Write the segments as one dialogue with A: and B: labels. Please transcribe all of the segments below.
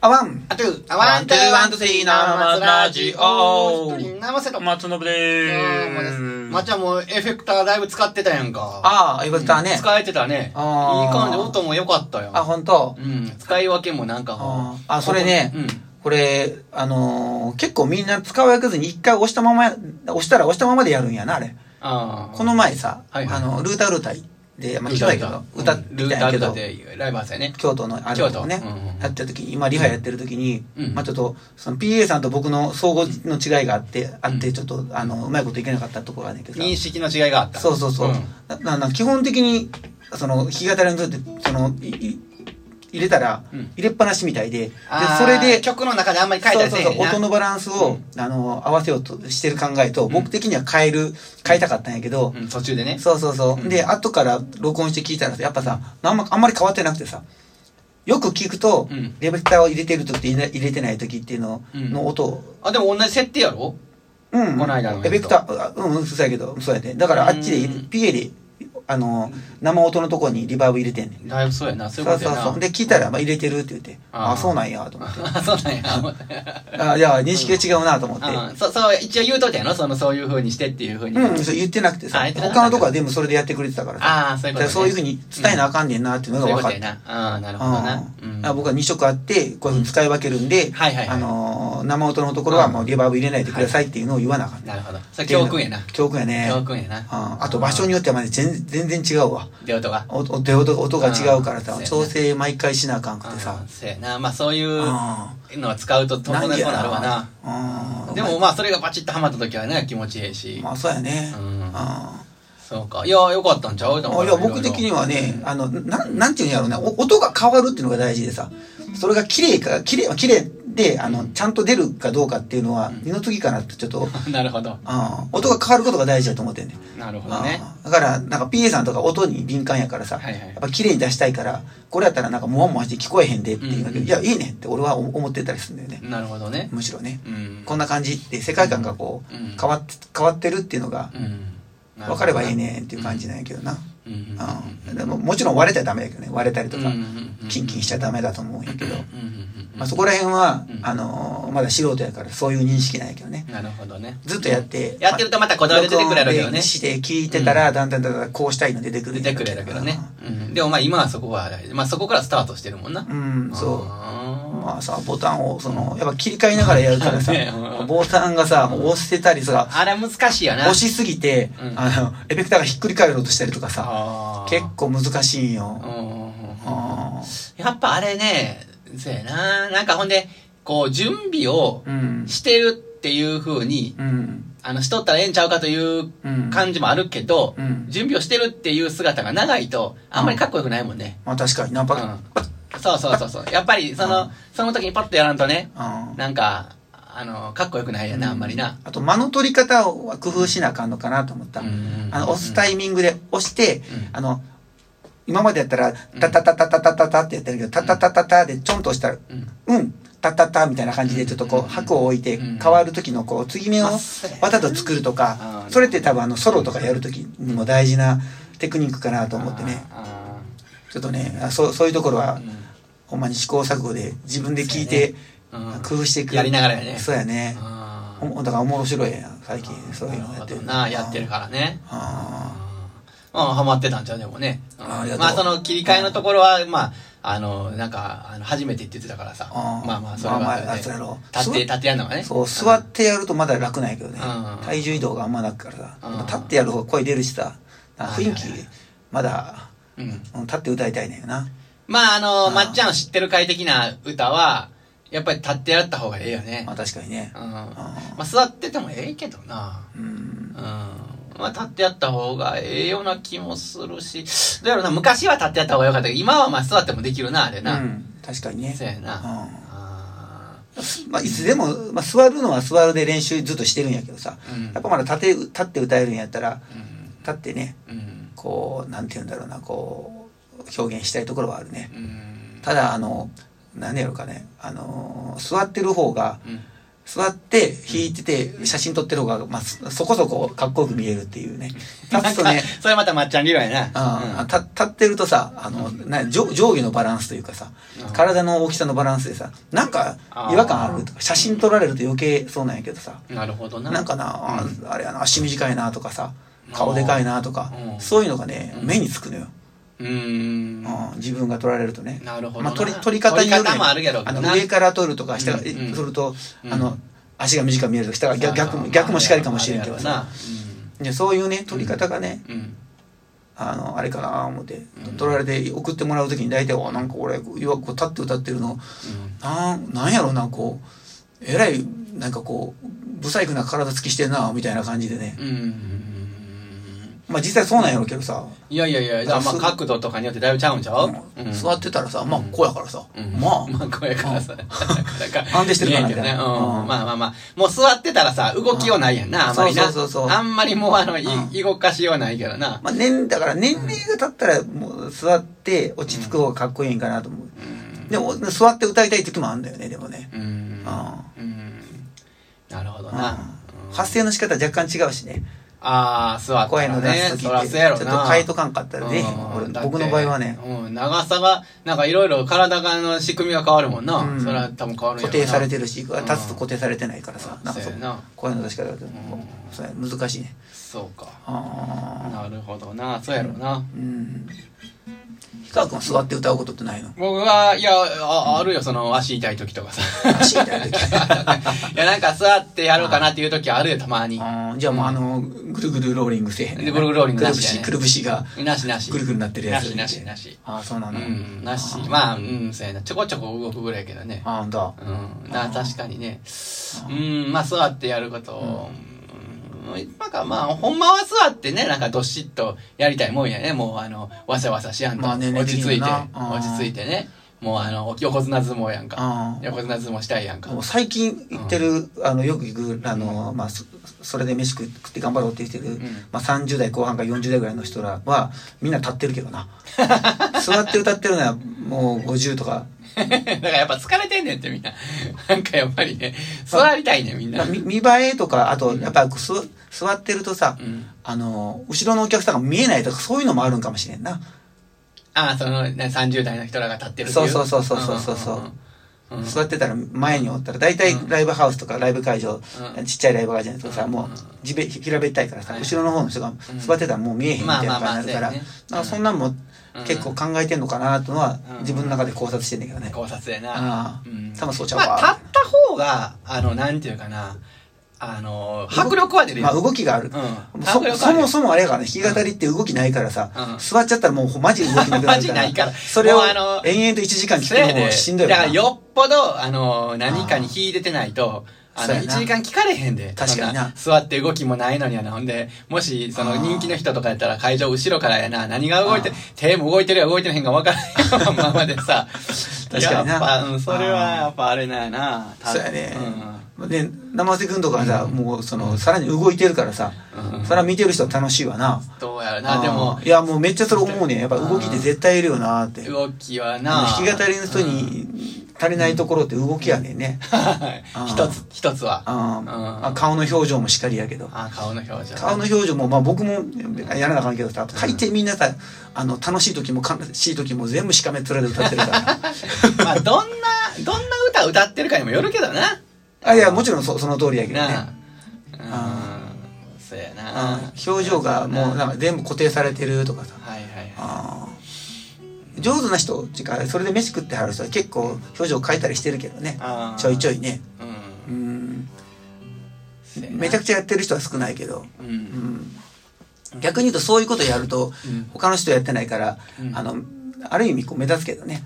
A: あワン
B: あ、トゥー、あ、
A: ワンツーワンツースリー生ラジオ
B: 一人生せろ。
A: 松信で
B: です
A: ーす。
B: まっちゃんもエフェクターだいぶ使ってたやんか。
A: ああ、エフェクターね。
B: 使えてたね。いい
A: あー
B: 感じ、音も良かったよ。
A: あ、ほんと。
B: うん、使い分けもなんかこう
A: あーあそれね
B: うん。
A: これ、あのー、結構みんな使わずに一回押したまま、押したら押したままでやるんやな、あれ。
B: あー
A: この、前さ、
B: はいは
A: あ
B: い
A: の、ルータルータイで、まあ、来たんやけど、歌っ
B: ル
A: てた
B: ー
A: んや
B: タ
A: け
B: ルだ
A: ど
B: っ、てライブハウスやね。
A: 京都のあれ
B: 京都
A: をね
B: うんうんうん、
A: やってる時、今リハやってる時に、
B: うん
A: まあちょっと、その PA さんと僕の総合の違いがあって、あっ
B: う
A: て、
B: ん
A: ちょっと、あの、うまいこといけなかったところがねんけどさ
B: 認識の違いがあった。
A: そうそうそう。
B: ん
A: ななな基本的に、その、弾き語りの人って、その、いい入れたら、
B: うん
A: 入れっぱなしみたいで、で
B: あー
A: それで、
B: 曲の中であんまり書いたり
A: そ
B: せ
A: うそ
B: え
A: う
B: へん
A: そう
B: な
A: 音のバランスを、あの、合わせようとしてる考えと、僕的には変える、変えたかったんやけど、
B: うん途中でね。
A: そうそうそう。
B: うん
A: で、後から録音して聞いたらさ、やっぱさ、あんまあんまり変わってなくてさ、よく聞くと、
B: うん
A: レベルターを入れてる時と入れ入れてない時っていうの
B: うん
A: の音、
B: あ、でも同じ設定やろ
A: うん。
B: この間のやつ
A: エフェクター、あうん、うん、そうやけど、そうやで。だからあっちで入れ
B: う、ん
A: PA で、あの、生音のとこにリバーブ入れてんねん。
B: だいぶそうやな。そうい
A: そ
B: うこ
A: う
B: と
A: そ
B: や
A: う
B: な。
A: そう。で、聞いたら、まあ、入れてるって言って、
B: あー
A: ああ、そうなんや、と思って。
B: あ そうなんや。
A: あいや、認識が違うな、と思って。
B: うん、そそう一応言うといたやろそのそういう風にしてっていう風に、
A: うん、そう言ってなくてさ、
B: あ言ってなかった
A: 他のとこは全部それでやってくれてたからさ。
B: ああそういう
A: だか
B: こと、
A: ら
B: ね、
A: そういうふうに伝えなあかんねんなっていうのが分かっ
B: そういう
A: た。
B: ことやなああなるほどな、
A: う
B: うんん、
A: だから僕は2色あって、こういうふうに使い分けるんで、
B: はいはいはい
A: あのー生音のところはもうリバーブ入れないでくださいっていうのを言わなあかんねん、
B: なるほどそれ教訓やな、
A: 教訓やね。
B: 教訓やな
A: うんあと場所によってはまで全全然違うわ。
B: 出音が
A: おお出音音が違うから
B: う
A: さ、
B: ん
A: 調整毎回しなあかんくて
B: う
A: さ
B: ん。そうやなまあそういう
A: あ
B: のは使うと友達そうなるわな
A: なうん。
B: でもまあそれがバチッとハマった時はね気持ちいいし、
A: まあそうやね。
B: う
A: うんん
B: そうかいやよかったんちゃう
A: あいや、僕的にはね、あの、なん、なんていうんやろうね、お音が変わるっていうのが大事でさ、それが綺麗か、綺麗は綺麗で、あの、ちゃんと出るかどうかっていうのは、二の次かなってちょっと、
B: なるほど
A: あ音が変わることが大事だと思ってんね。
B: なるほどね
A: あだから、なんか PA さんとか音に敏感やからさ、
B: はいはい
A: やっぱ綺麗に出したいから、これやったらなんかもわもわして聞こえへんでっていうんだけど、
B: うん
A: いや、いいねって俺は思思ってたりするんだよね。
B: なるほどね
A: むしろね。
B: うん
A: こんな感じって世界観がこう、
B: うん
A: 変わって、変わってるっていうのが、
B: うんなるほどな
A: 分かればいいねっていう感じなんやけどな。
B: うんうんうん
A: うん、でももちろん割れたらダメだけどね割れたりとか、
B: うんうんうん
A: キンキンしちゃダメだと思うんやけど、
B: うんうんうんうん
A: まあ、そこら辺は、
B: うん
A: あのーまだ素人やからそういう認識なんやけどね
B: なるほどね
A: ずっとやって、
B: やってるとまたこだわり出てくるやろうけど
A: 録音
B: ね
A: でして聞いてたら、だんだんだんだんこうしたいの出てくる
B: 出
A: んろ
B: てく
A: う
B: るやろうけどね、うん、でもまあ今はそこはあれまあそこからスタートしてるもんな
A: うんそう
B: あ
A: まあさボタンをそのやっぱ切り替えながらやるからさ、
B: ねうん
A: ボタンがさもう押してたりさ
B: ーあれ難しいよな
A: 押しすぎて、
B: うん
A: あのエフェクターがひっくり返ろうとしたりとかさ
B: あー
A: 結構難しいんよ、
B: うんうんうん
A: あ
B: やっぱあれねそうやななんかほんでこう準備を
A: ーうん
B: してるっていうふうに
A: うん
B: あのしとったらええんちゃうかという
A: うん
B: 感じもあるけど、
A: うん
B: 準備をしてるっていう姿が長いとあんまりかっこよくないもんね、
A: まあ確かになパ
B: う
A: ッ
B: んそうそうそうそうやっぱりその、
A: うん
B: その時にパッとやらんとね
A: うん
B: なんかあのかっこよくないやな、あんまりな
A: あと間の取り方は工夫しなあかんのかなと思った、あの押すタ
B: イ
A: イミングで押して、
B: うん
A: あの今までやったら「
B: うん
A: タタタタタタタタ」ってやってるけど「タタタタタ」でちょんと押したら「
B: うん
A: うん」「タタタ」みたいな感じでちょっとこう
B: うん
A: 拍を置いて
B: うん
A: 変わる時のこう継ぎ目を
B: あそうやな
A: わざと作ると
B: あ
A: か
B: ー
A: それって多分あのソロとかやる時にも大事なテクニックかなと思ってね
B: あ
A: ちょっとねあそうそういうところ
B: ー
A: は
B: う
A: ほんまに試行錯誤で自分で聞いて
B: んうん
A: 工夫していく
B: やりながらやね
A: そうやね
B: あ
A: お
B: ー
A: もだから面白いやん最近そういうのや
B: な
A: っ
B: る
A: て
B: ほどなやってるからね
A: あ
B: うんまあハマってたんちゃうでもねうん
A: ありがとう
B: まあその切り替えのところはまああのなんかあの初めてって言ってたからさ
A: あー
B: まあまあそれは
A: まあまあそ
B: それで
A: うやろ
B: 立って立ってやるのが
A: あ
B: ね
A: そう座ってやるとまだ楽なんやけどね
B: うん
A: 体重移動があんまなくからさ
B: うん
A: 立ってやる方が声出るしさなんか雰囲気
B: はいはいは
A: まだ
B: うん
A: うん立って歌いたいねんよな
B: まああ
A: あ
B: の
A: ー
B: まっちゃんを知ってる会的な歌はやっぱり立ってやった方がええよね
A: まあ確かにね
B: うんま
A: あ
B: あ座っててもええけどな
A: うん
B: うんまあ立ってやった方がええような気もするしどうやろうな昔は立ってやった方がよかったけど今はまあ座ってもできるなあれ
A: う
B: なん
A: 確かにね
B: そうや
A: う
B: なんあ
A: まあいつでもまあ座るのは座るで練習ずっとしてるんやけどさ
B: ーうん
A: やっぱまだ立て立って歌えるんやったら
B: うん
A: 立ってね
B: うん
A: こうなんて言うんだろうなこう表現したいところはあるね
B: うん
A: ただあの何やろうかねあの座ってる方が
B: うん
A: 座って弾いてて写真撮ってる方が、まあ、そそこそこかっこよく見えるっていうね立つと
B: なん
A: ね
B: かそれまたまっちゃん理論やな。
A: ああた立ってるとさあのな上上下のバランスというかさ
B: うん
A: 体の大きさのバランスでさなんか違和感あるとか写真撮られると余計そうなんやけどさ
B: うんなるほどな。
A: なんかなああれやな足短いなとかさ顔でかいなとか
B: うん
A: そういうのがね
B: うん
A: 目につくのよ、
B: うーん。
A: うん自分が撮られるとね
B: なるほど
A: ま
B: な。
A: あ、撮り撮り方による
B: 撮り方もあるやろうけ
A: あ
B: ど
A: の
B: な。
A: 上から撮るとか下が、
B: うんうん
A: すると、
B: うん
A: あの足が短く見えるとか下が逆逆も逆もしかりかもしれんけどさ
B: な。
A: でそういうね撮り方がね、
B: うんうん。
A: あのあれかな思って
B: うん
A: 撮られて送ってもらう時に大体「おなんか俺よく立って歌ってるのなんなんやろなこうえらいなんかこう不細工な体つきしてんな」みたいな感じでね
B: うん。うん。
A: まあ実際そうなんやろうけどさ、
B: いやいやいや、だからまあ角度とかによってだいぶちゃうんちゃう
A: うん座ってたらさまあこうやからさ、
B: うん
A: まあ
B: まあ、これからさ、なかなか。
A: 安定してるかな
B: 見えんけどね。う
A: みたい
B: ん。
A: なうん
B: まあまあまあ。もう座ってたらさ、動きようないやんな、あんまりな。
A: そうそうそうそう
B: あんまりもう、あの、い
A: うん
B: 動かしようないけどな。
A: まあ、年だから年齢が経ったらもう座って落ち着く方がかっこいいんかなと思う、
B: うん
A: でも座って歌いたい時もあるんだよねでもね、
B: うん
A: あ
B: うん。なるほど
A: うん
B: な。
A: 発声の仕方若干違うしね
B: ああ、座った
A: 声
B: ら
A: の出
B: ね。
A: す時
B: そら
A: っ
B: そ
A: て
B: うやろ
A: ちょ
B: な。
A: っと変えとかんかったら出えへん
B: うん
A: 俺
B: だって
A: 僕の場合はね
B: うん、長さが、なんかいろいろ体がの仕組みが変わるもんな。
A: うん
B: それは多分変わるんや
A: 固
B: ろ
A: 定
B: な
A: されてるし立
B: ん
A: つと固定されてないからさなんかそ
B: そ
A: うう
B: やな。
A: 声の出し方が
B: ん
A: そうや難しいね
B: そうか。
A: あ
B: なるほどな。そうやろな。
A: ーうん氷川君は座って歌うことってないの
B: 僕は、いや、ああるよ、その、足痛い時とかさ。
A: 足痛い時
B: いや、なんか座ってやろうかなっていう時あるよ、たまに。
A: あーじゃあもうあのぐるぐるローリングせえへんね
B: ぐるぐるローリング
A: く
B: な
A: る
B: し
A: ぶ
B: やね
A: しくるぶしが
B: なしなし。
A: ぐるぐるなってるやつ
B: なしなしなし。
A: ああそうな
B: う
A: の、
B: ん、なし。まあ、うん、そうやな。ちょこちょこ動くぐらいやけどね。
A: ああだ
B: うん、な
A: あー
B: 確かにね。うん、まあ座ってやることを、うん、なんかまあ、ほんまは座ってね、なんかどっしっとやりたいもんやね。もうあの、わさわさしやんと。
A: まあ年齢
B: 落
A: 的
B: ち着い
A: に
B: て、
A: もなうん
B: 落ち着いてね。もうあの、横綱相撲やんか。
A: ああ
B: 横綱相撲したいやんか
A: もう。最近行ってる、あのよく行くあの、まあ、そそれで飯食食って頑張ろうって言ってる、
B: ん
A: まあ、30代後半から40代ぐらいの人らはみんな立ってるけど な座って歌ってるのはもう50とか
B: だからやっぱ疲れてんねんってみんな。なんかやっぱりね、座りたいねんみんな。
A: み見栄えとかあとやっぱす座ってるとさ、
B: うん
A: あの後ろのお客さんが見えないとかそういうのもあるんかもしれんな、
B: ああ、その、ね、30代の人らが立ってるってい
A: そうそうそうそうそうそうそうん
B: んうんうん
A: 座ってたら前におったら大体ライブハウスとかライブ会場、
B: うん
A: ちっちゃいライブ会場だとさ、
B: うん
A: もう地べ平べったいからさ、
B: はい
A: 後ろの方の人が
B: うん
A: 座ってたらもう見えへんみたいな感じになるから、
B: まあまあまあそうやね
A: なんかそんなんも結構考えてんのかなとのは
B: うん
A: 自分の中で考察してんだけどね、
B: 考察やな。
A: ああ
B: うん
A: 多分そうちゃう
B: ま
A: わ、
B: あ、立った方が、あの、なんていうかな、あの、迫力は出る
A: まあ
B: よ。
A: 動きがある、
B: うん。
A: そ
B: 迫力
A: そ
B: は出
A: も
B: る。
A: そもあれやからね弾き語りって動きないからさ、
B: うん
A: 座っちゃったらもうマジ動きなくなるから
B: マジないから
A: それ
B: も
A: を
B: うあの
A: 延々と1時間聞
B: せや
A: くの
B: で
A: もしんどい
B: だ
A: よ
B: から
A: な
B: よっぽど、あの、何かに引いててないと、あの、
A: そうや
B: 1
A: な
B: 時間聞かれへんで。
A: 確かにな
B: そん座って動きもないのにやな。ほんで、もし、その
A: あー
B: 人気の人とかやったら会場後ろからやな。何が動いて
A: あー、
B: 手も動いてるや動いてへんか分からへんままで さ。
A: 確かにな
B: やっぱ、うん、それは
A: あー
B: やっぱあれなんやな。た
A: そうやね
B: うん
A: で生瀬君とかはさ、もうそのさらに動いてるからさ、
B: うん
A: それは見てる人は楽しいわな、
B: どうやら
A: あ
B: な、
A: ー
B: でも、
A: いやもうめっちゃそれ思うねやっぱ動きって絶対いるよなって
B: 動きはな
A: 弾き語りの人、に足りないところって動きやねんね、
B: うん一つ、一つは。
A: あー
B: うん
A: あ顔の表情もしかりやけど
B: あ、顔の表情。
A: 顔の表情もまあ僕もやらなあかんけどさ大抵みんなさあの楽しい時も悲しい時も全部しかめっ面で歌ってるから
B: まあ、どんな、どんな歌歌ってるかにもよるけどな。
A: あいやもちろんそその通りやけどね
B: なあ
A: あ。
B: うん。そうや
A: あ
B: な。
A: ー表情がもうなんか全部固定されてるとかさ
B: はいはいは
A: あー上手な人っていうかそれで飯食ってはる人は結構表情変えたりしてるけどね
B: あー
A: ちょいちょいね
B: い。う。
A: うんん
B: そうやな
A: めちゃくちゃやってる人は少ないけど、
B: う。
A: うんん、逆に言うとそういうことやると
B: うん
A: 他の人やってないから、
B: うん
A: あのある意味こう目立つけどね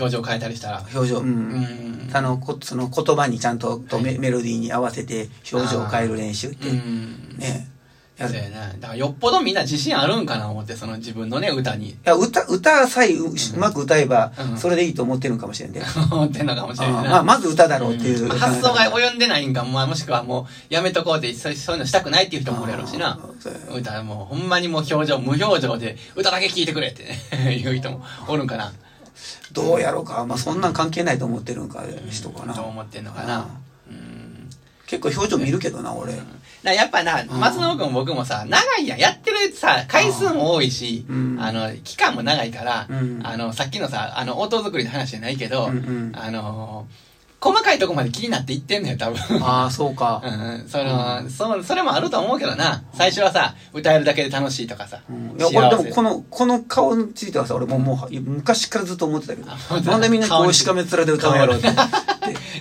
B: 表情変えたりしたら。
A: 表情、うん
B: ん
A: あのこその言葉にちゃんととメ,、
B: はい
A: メロディーに合わせて表情を変える練習って、
B: うん。
A: ねや
B: そう
A: るい
B: やな。だからよっぽどみんな自信あるんかな思って、その自分のね、歌に。
A: や歌歌さえううまく歌えば、
B: うん
A: それでいいと思ってるんかもしれんで、
B: 思ってんのかもし
A: あ
B: れ
A: ー
B: ないな。
A: まあ、まず歌だろうっていう、
B: まあ発想が及んでないんか、まあ、もしくはもうやめとこうってそうそういうのしたくないっていう人もおるやろうしな
A: あーそうや
B: 歌もうほんまにもう表情無表情で歌だけ聴いてくれってね いう人もおるんかな
A: どうやろうか、まあ、そんなん関係ないと思ってるんか人かな
B: どう思ってんのかなうん
A: 結構表情見るけどな、俺。
B: なやっぱな、
A: ん
B: 松野君も僕もさ、長いやん。やってるさ、回数も多いし、
A: うん
B: あの、期間も長いから、
A: うん
B: あの、さっきのさ、あの、音作りの話じゃないけど、
A: うんうん
B: あのー細かいとこまで気になっていってんのよ、多 分。
A: ああ、そうか
B: う。んうん、その、そそれもあると思うけどな最初はさ歌えるだけで楽しいとかさ、
A: うんいや
B: 幸せ
A: 俺でもこのこの顔についてはさ俺もうもう昔からずっと思ってたけ
B: あ本
A: ど
B: 当だ
A: なんでみんなこうしかめ面で歌うんやろうって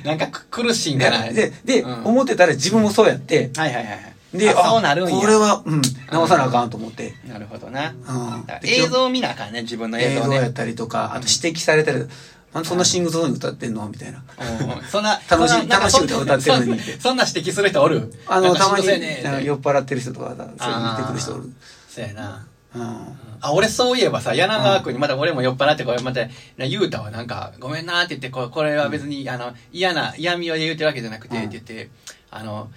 B: なんかく苦しいんかな
A: ででで、
B: うん
A: 思ってたら自分もそうやって
B: はいはいはい
A: で
B: あそうなるんや
A: これは、うん、直さなあかんと思って、
B: なるほどな、
A: うん
B: だから映像見なあかんね自分の映
A: 映
B: 像
A: 像やっ
B: ね
A: たりとかあと指摘されたりあんたそんなシングルゾーンに歌ってんのみたいな
B: おうそんな
A: 楽しい
B: そんななん
A: 楽
B: か
A: しい歌
B: そん
A: 歌ってるのに
B: そんそんな指摘する人おる
A: あ
B: な
A: の
B: んか
A: たまに
B: しんどそうやね
A: なんか酔っ払ってる人とかさそういうの見てくる人おる
B: そうやな
A: うん
B: あ俺そういえばさ柳川君にまた俺も酔っ払ってこれまた雄太はなんか「ごめんな」って言ってここれは別にあの嫌な嫌味を言うてるわけじゃなくて
A: うん
B: って言ってあの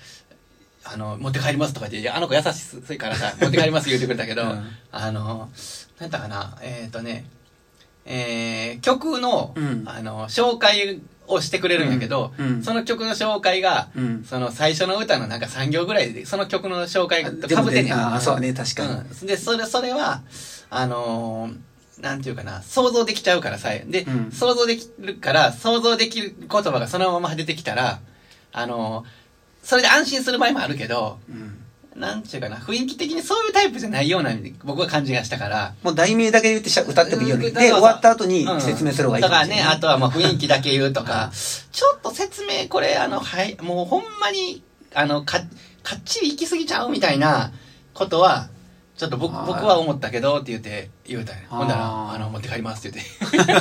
B: あの持って帰りますとか言ってあの子優しいからさ持って帰ります言うてくれたけど、
A: うん
B: あのなんだかなえっ、とねえー曲の,、
A: うん
B: あの紹介をしてくれるんやけど、
A: うんうん
B: その曲の紹介が、
A: うん
B: その最初の歌のなんか3行ぐらいでその曲の紹介とかぶってんねん
A: ああそうね確かに、
B: うん、でそれそれはあのーなんていうかな想像できちゃうからさで、
A: うん
B: 想像できるから想像できる言葉がそのまま出てきたらあのーそれで安心する場合もあるけど
A: うん
B: なんていうかな雰囲気的にそういうタイプじゃないような僕は感じがしたから
A: もう題名だけで言ってしゃ歌ってもいいよね
B: うん
A: で終わった後に
B: うん
A: 説明すればいい
B: と
A: かも
B: か
A: しれない
B: ねあとはもう雰囲気だけ言う とかちょっと説明これあのはいもうほんまにあのかかっちり行き過ぎちゃうみたいなことはちょっと僕
A: はい
B: 僕は思ったけどって言って言うたんや
A: あー
B: ほんならあの持って帰りますって 言って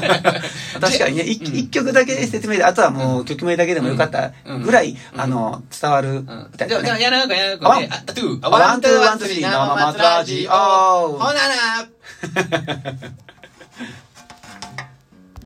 A: 確かにね、一
B: うん
A: 一曲だけで説明で、あとはもう曲名だけでもよかったぐらい、
B: うん
A: あの、伝わる
B: うん
A: みたい
B: じゃ
A: なね、
B: あじゃあやらなくやらなく
A: ワン
B: ねあトゥー
A: ワントゥーワンスリー
B: 生松ラジオ
A: 生松ラジオ
B: ほなら